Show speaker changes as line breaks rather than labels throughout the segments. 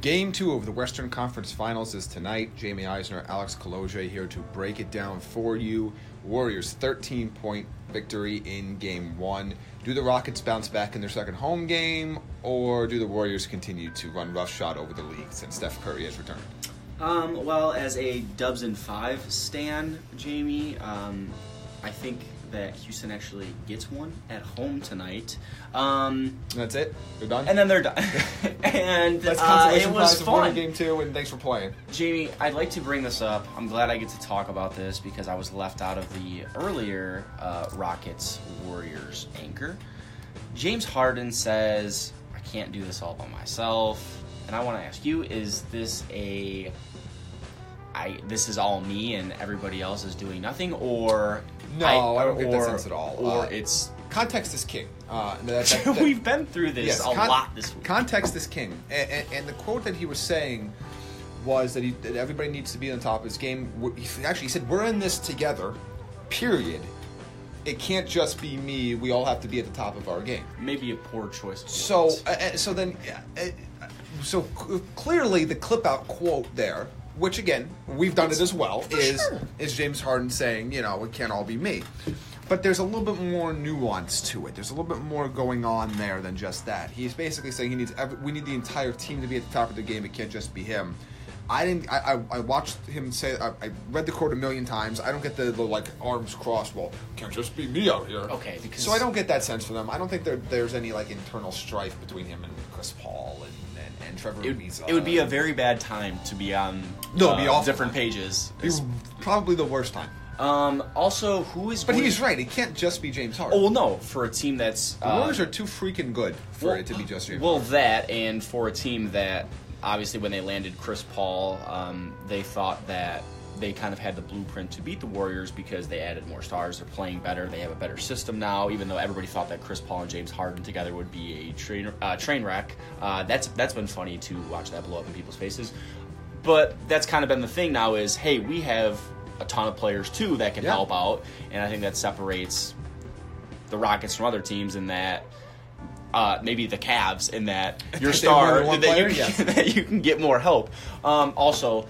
Game two of the Western Conference Finals is tonight. Jamie Eisner, Alex Kaloje here to break it down for you. Warriors 13 point victory in game one. Do the Rockets bounce back in their second home game, or do the Warriors continue to run roughshod over the league since Steph Curry has returned?
Um, well, as a Dubs and Five stan, Jamie, um, I think that Houston actually gets one at home tonight. Um,
And that's it. They're done.
and then they're done. and
that's
uh, it
consolation prize
was
of winning
fun.
game two, and thanks for playing.
Jamie, I'd like to bring this up. I'm glad I get to talk about this because I was left out of the earlier uh, Rockets Warriors anchor. James Harden says, I can't do this all by myself. And I want to ask you, is this a. I, this is all me and everybody else is doing nothing, or
No, I don't get that
or-
sense at all.
Or
Uh,
it's
Context is king. Uh, that- that- that-
we've been through this a
con-
lot this week.
Context is king, and, and, and the quote that he was saying was that, he, that everybody needs to be on top of his game. We're- He actually said, "We're in this together." Period. It can't just be me. We all have to be at the top of our game.
Maybe a poor choice. of
So,
words.
uh, uh, so then, uh, uh, so c- clearly the clip out quote there, which again we've done it as well, is
sure.
is James Harden saying, you know, it can't all be me. But there's a little bit more nuance to it. There's a little bit more going on there than just that. He's basically saying he needs every, we need the entire team to be at the top of the game. It can't just be him. I didn't. I, I, I watched him say. I, I read the quote a million times. I don't get the, the like arms crossed. Well, can't just be me out here.
Okay, because-
so I don't don't get that sense from them. I don't think there, there's any like internal strife between him and Chris Paul and, and, and Trevor
It,
Ariza.
it would be a very bad time to be on uh,
No, it'd be awful.
different pages.
Be probably the worst time.
Um, also, who is?
But
going-
he's right. It can't just be James Harden.
Oh well, no, for a team that's
the
uh,
Warriors are too freaking good for
well,
it to be just James.
Well, that and for a team that obviously when they landed Chris Paul, um, they thought that they kind of had the blueprint to beat the Warriors because they added more stars. They're playing better. They have a better system now. Even though everybody thought that Chris Paul and James Harden together would be a train uh, train wreck, uh, that's that's been funny to watch that blow up in people's faces. But that's kind of been the thing now is hey, we have a ton of players too that can
Yeah.
help out, and I think that separates the Rockets from other teams in that uh, maybe the Cavs in that your
They
star
were one
that, you,
player, yes.
that you can get more help. Um, also,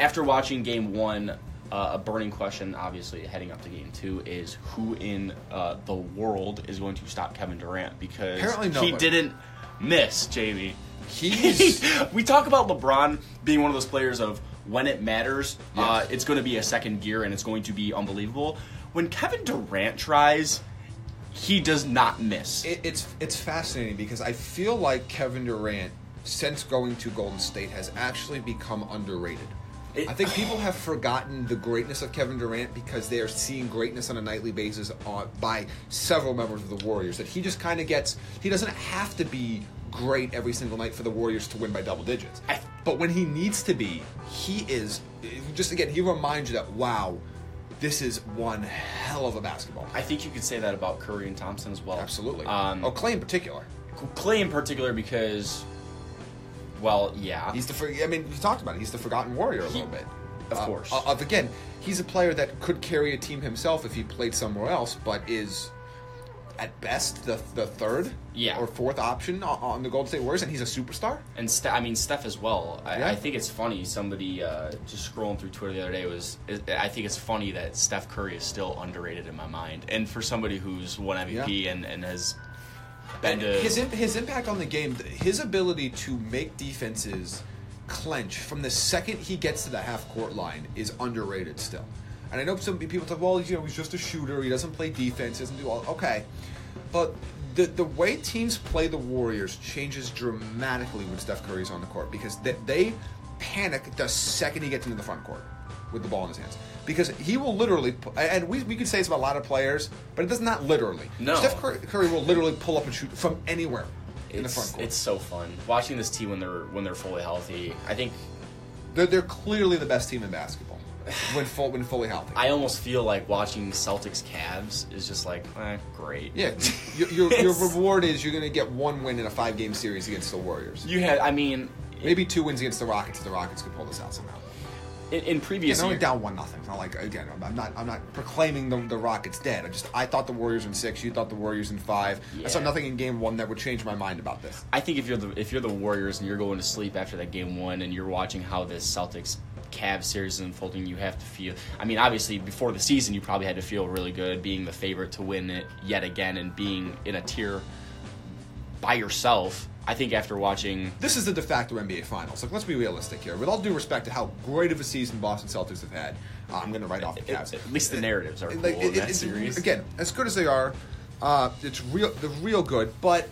after watching Game One, uh, a burning question, obviously heading up to Game Two, is who in uh, the world is going to stop Kevin Durant because
Apparently
he
nobody.
didn't miss Jamie.
He's
we talk about LeBron being one of those players of when it matters, uh,
Yes.
it's going to be a second gear and it's going to be unbelievable. When Kevin Durant tries, he does not miss.
it, it's it's fascinating because I feel like Kevin Durant since going to Golden State has actually become underrated.
It-
I think people have forgotten the greatness of Kevin Durant because they are seeing greatness on a nightly basis on, by several members of the Warriors. That he just kind of gets, he doesn't have to be great every single night for the Warriors to win by double digits.
I-
But when he needs to be, he is, just again, he reminds you that, wow, this is one hell of a basketball.
I think you could say that about Curry and Thompson as well.
Absolutely.
Um,
oh, Clay in particular.
Clay in particular because, well, yeah.
He's the. for- I mean, you talked about it. He's the forgotten warrior a
He-
little bit.
of
Uh,
course.
Of again, he's a player that could carry a team himself if he played somewhere else, but is at best the the third
Yeah.
or fourth option on, on the Golden State Warriors, and he's a superstar.
and Ste- I mean Steph as well. I,
Yeah.
I think it's funny. Somebody uh, just scrolling through Twitter the other day was. it- I think it's funny that Steph Curry is still underrated in my mind, and for somebody who's won MVP and, and has been to
his im- his impact on the game, th- his ability to make defenses clench from the second he gets to the half court line is underrated still. And I know some people talk, well, you know, he's just a shooter. He doesn't play defense. He doesn't do all. Okay, but the the way teams play the Warriors changes dramatically when Steph Curry's on the court because they, they panic the second he gets into the front court with the ball in his hands because he will literally pu- and we, we could say this about a lot of players but it does not literally
No.
steph curry, Curry will literally pull up and shoot from anywhere in the
it's,
front court
it's so fun watching this team when they're when they're fully healthy. I think
they're, they're clearly the best team in basketball when full when fully healthy
I almost feel like watching Celtics Cavs is just like eh, great.
yeah your, your, your
It's-
reward is you're going to get one win in a five game series against the warriors
You had. I mean.
maybe two wins against the rockets if the rockets could pull this out somehow
in, in
Yeah,
previous
they're only
years,
down one nothing. Not like again, I'm- I'm not I'm not proclaiming the, the Rockets dead. I just I thought the Warriors in six. You thought the Warriors in five. I saw
Yeah.
nothing in game one that would change my mind about this.
I think if you're the if you're the Warriors and you're going to sleep after that game one and you're watching how this Celtics Cavs series is unfolding, you have to feel. I mean, obviously before the season, you probably had to feel really good being the favorite to win it yet again and being in a tier by yourself. I think after watching,
This is the de facto NBA Finals. Like, let's be realistic here. With all due respect to how great of a season Boston Celtics have had, uh, I'm going to write off the
at,
Cavs.
at least the narratives are cool
Like,
in
it-
that
it-
series.
Again, as good as they are, uh, it's real. They're real good, but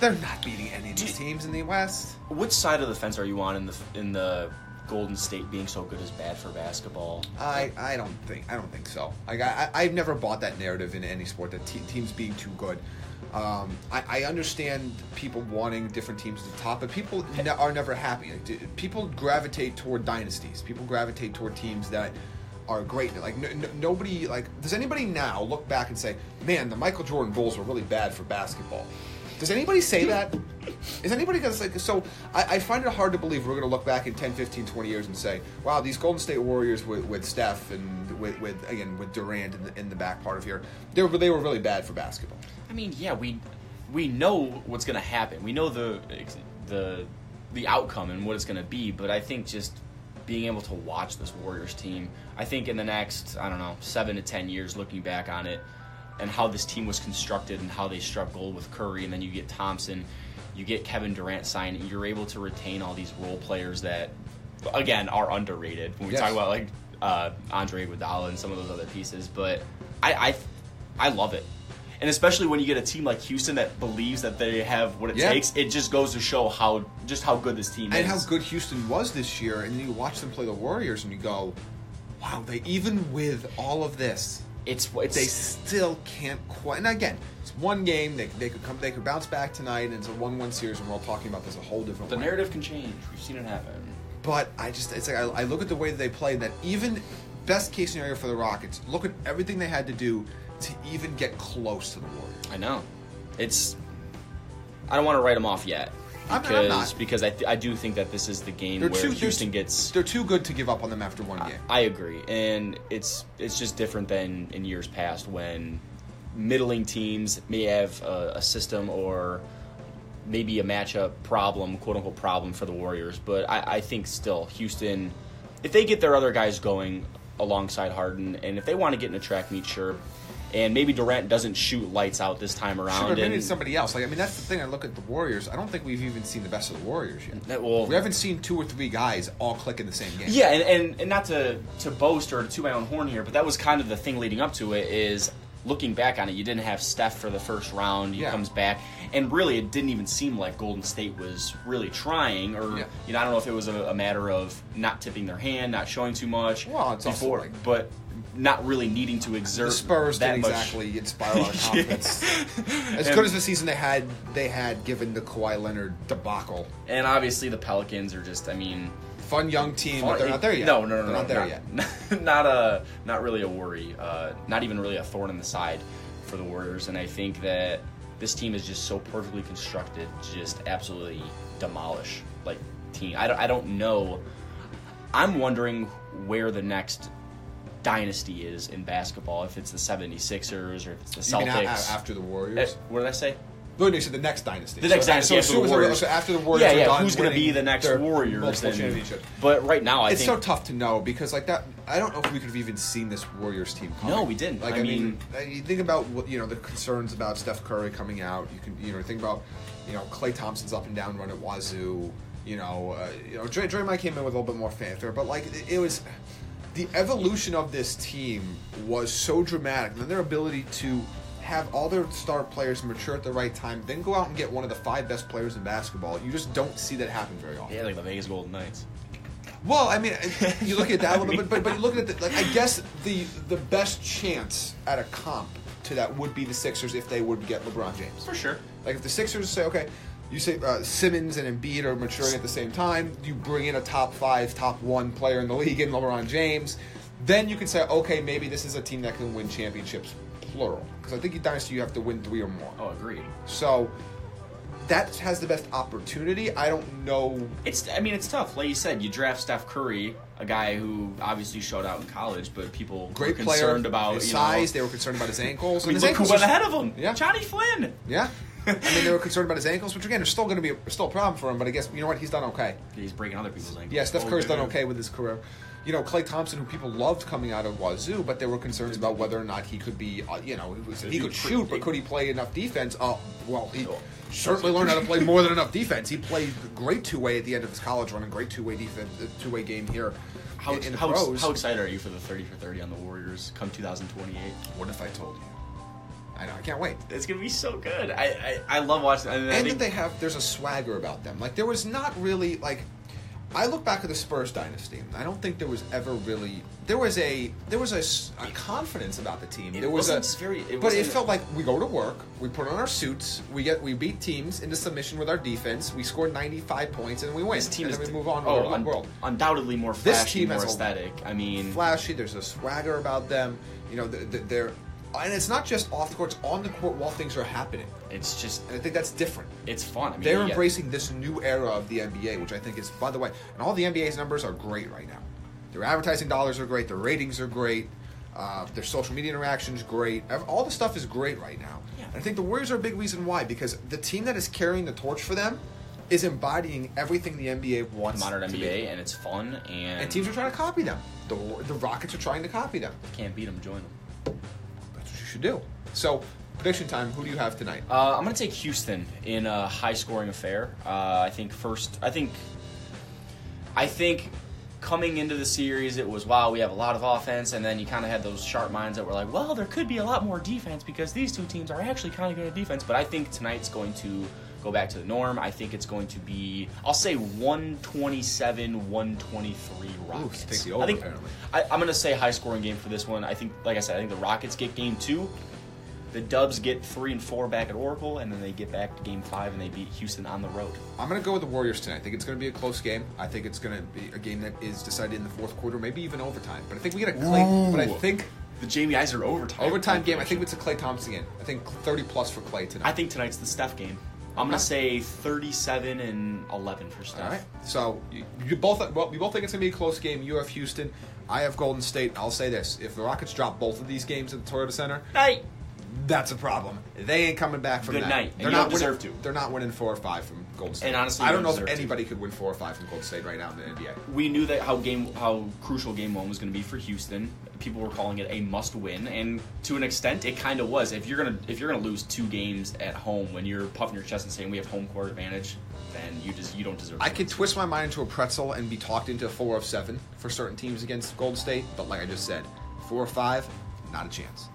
they're not beating any of these teams in the West.
Which side of the fence are you on in the in the Golden State being so good is bad for basketball?
I, I don't think I don't think so. Like I, I I've never bought that narrative in any sport that te- teams being too good. Um, I, I understand people wanting different teams at the top, but people ne- are never happy. Like, d- people gravitate toward dynasties. People gravitate toward teams that are great. Like n- n- nobody like does anybody now look back and say, "Man, the Michael Jordan Bulls were really bad for basketball." Does anybody say that? Is anybody going to like so I, I find it hard to believe we're going to look back in 10, 15, 20 years and say, wow, these Golden State Warriors with, with Steph and with, with again with Durant in the, in the back part of here, they were they were really bad for basketball.
I mean, yeah, we we know what's going to happen. We know the the the outcome and what it's going to be. But I think just being able to watch this Warriors team, I think in the next I don't know seven to ten years, looking back on it and how this team was constructed and how they struck gold with Curry, and then you get Thompson, you get Kevin Durant signed, and you're able to retain all these role players that again are underrated when we
Yes.
talk about like uh, Andre Iguodala and some of those other pieces. But I, I I love it. And especially when you get a team like Houston that believes that they have what it
Yeah.
takes, it just goes to show how just how good this team
And
is.
how good Houston was this year, and then you watch them play the Warriors and you go, wow, they even with all of this,
it's it's
they still can't quite. And again, it's one game. They, they could come. They could bounce back tonight, and it's a one-one series, and we're all talking about this a whole different
the
way.
narrative can change. We've seen it happen.
But I just, it's like I, I look at the way that they played. That even best case scenario for the Rockets, look at everything they had to do to even get close to the Warriors.
I know. It's I don't want to write them off yet
I'm- I'm
because
not.
because I, th- I do think that this is the game
They're
where
too- they're
Houston
too-
gets Uh,
They're too good to give up on them after one game.
I agree, and it's it's just different than in years past when middling teams may have a, a system or maybe a matchup problem, quote unquote problem for the Warriors. But I, I think still Houston, if they get their other guys going alongside Harden, and if they want to get in a track meet, sure. And maybe Durant doesn't shoot lights out this time
Should
around.
have been
and-
somebody else. Like I mean, that's the thing. I look at the Warriors. I don't think we've even seen the best of the Warriors yet.
that- well,
We haven't seen two or three guys all click in the same game.
Yeah, and, and, and not to, to boast or to my own horn here, but that was kind of the thing leading up to it is looking back on it, you didn't have Steph for the first round, he
Yeah.
comes back, and really it didn't even seem like Golden State was really trying, or
Yeah.
you know, I don't know if it was a, a matter of not tipping their hand, not showing too much
Well, it's also
before,
like-
but not really needing to exert
The Spurs
that
didn't
much.
exactly inspire our confidence. As
And-
good as the season they had, they had given the Kawhi Leonard debacle.
And obviously the Pelicans are just, I mean,
Fun young team, but they're not there yet.
No, no, no,
they're
no,
not there yet.
yet. Not a, not really a worry. Uh, not even really a thorn in the side for the Warriors. And I think that this team is just so perfectly constructed, to just absolutely demolish like team. I don't, I don't know. I'm wondering where the next dynasty is in basketball. If it's the 76ers or if it's the
You mean a- a-
Celtics.
after the
Eh,
Warriors?
what did I say?
No, no, you said the next dynasty.
The next
So-
dynasty
so
after the
as soon as
Warriors.
so after the Warriors,
yeah,
are
yeah.
done
Who's going to be
winning
the next
their
Warriors?
multiple
and-
championship.
but right now, I
It's
think
so tough to know because like that, I don't know if we could have even seen this Warriors team. Coming.
No, we didn't.
Like I,
I
mean,
mean-
I- you think about what you know the concerns about Steph Curry coming out. You can you know think about you know Clay Thompson's up and down run at Wazoo. You know, uh, you know Dray, Draymond came in with a little bit more fanfare, but like it, it was the evolution of this team was so dramatic, and their ability to have all their star players mature at the right time, then go out and get one of the five best players in basketball. You just don't see that happen very often.
yeah, like the Vegas Golden Knights.
Well, I mean, I- you look at that a little bit, but, but you look at the, like I guess the the best chance at a comp to that would be the Sixers if they would get LeBron James.
For sure.
Like if the Sixers say, okay, you say uh, Simmons and Embiid are maturing at the same time, you bring in a top five, top one player in the league in LeBron James, then you can say, okay, maybe this is a team that can win championships, plural. Because I think in dynasty you have to win three or more.
Oh, agreed.
So that has the best opportunity. I don't know.
It's I mean it's tough. Like you said, you draft Steph Curry, a guy who obviously showed out in college, but people
Great
were
player.
concerned about
his
you
size.
Know,
They were concerned about his ankles.
I mean,
his
look who
ankles
went
are-
ahead of him.
Yeah.
Johnny Flynn.
Yeah. I mean, they were concerned about his ankles, which again are still going to be a, still a problem for him. But I guess you know what? He's done okay.
He's breaking other people's ankles.
Yeah, Steph
Oh,
Curry's done
dude.
okay with his career. You know, Clay Thompson, who people loved coming out of Wazoo, but there were concerns about whether or not he could be, uh, you know, he, was, he
he
could
pre-
shoot, but could he play enough defense? Oh, well, he certainly learned how to play more than enough defense. He played great two way at the end of his college run, and great two way defense, two way game here
How,
in, in the
how,
pros.
how excited are you for the 30 for 30 on the Warriors come 2028?
what if I told you? I know, I can't wait.
It's gonna be so good. I I, I love watching. And, I
and that
think,
they have there's a swagger about them. Like there was not really like I look back at the Spurs dynasty. and I don't think there was ever really there was a there was a s- a, confidence about the team.
It
there was
wasn't
a
very- it
but it
wasn't-
felt like we go to work, we put on our suits, we get we beat teams into submission with our defense. We scored 95 points and we win.
this team
and
is
then we move on to
oh,
the
un-
world.
undoubtedly more flashy,
This team
more
has a
aesthetic. I mean,
Flashy, there's a swagger about them. You know, th- th- they're and it's not just off the court, it's on the court while things are happening.
it's just
And I think that's different.
it's fun. I mean,
They're
yeah.
embracing this new era of the NBA, which I think is, by the way, and all the NBA's numbers are great right now. Their advertising dollars are great. Their ratings are great. Uh, their social media interactions great. Ev- All the stuff is great right now.
Yeah.
And I think the Warriors are a big reason why because the team that is carrying the torch for them is embodying everything the NBA wants.
modern
to be.
NBA, and it's fun. And,
and teams are trying to copy them. The Wa- the Rockets are trying to copy them.
can't beat them. Join them.
That's what you should do. So prediction time. Who do you have tonight?
Uh, I'm gonna take Houston in a high-scoring affair. Uh, I think first. I think. I think coming into the series, it was wow, we have a lot of offense, and then you kind of had those sharp minds that were like, well, there could be a lot more defense because these two teams are actually kind of good at defense. But I think tonight's going to go back to the norm. I think it's going to be, I'll say 127, 123 Rockets.
take the over,
I think,
apparently.
I, I'm gonna say high-scoring game for this one. I think, like I said, I think the Rockets get game two. The Dubs get three and four back at Oracle, and then they get back to Game Five and they beat Houston on the road.
I'm going to go with the Warriors tonight. I think it's going to be a close game. I think it's going to be a game that is decided in the fourth quarter, maybe even overtime. But I think we get a Clay.
Ooh.
But I think
The Jamie Iser overtime
overtime game. I think it's a Clay Thompson game. I think 30 plus for Clay tonight.
I think tonight's the Steph game. I'm gonna say 37 and 11 for Steph.
All right. So you, you both well, we both think it's going to be a close game. You have Houston. I have Golden State. I'll say this: if the Rockets drop both of these games at the Toyota Center,
Night.
that's a problem. They ain't coming back from
Good
that.
night, and
They're
you
not
don't deserve
winning,
to.
They're not winning four or five from Golden State.
honestly,
I
you
don't know
don't
if
deserve to.
anybody could win four or five from Golden State right now in the NBA.
We knew that how game how crucial game one was gonna be for Houston. People were calling it a must win, and to an extent, it kind of was. If you're gonna if you're gonna lose two games at home when you're puffing your chest and saying we have home court advantage, then you just you don't deserve.
I
to
could twist my mind into a pretzel and be talked into four of seven for certain teams against Golden State, but like I just said, four or five, not a chance.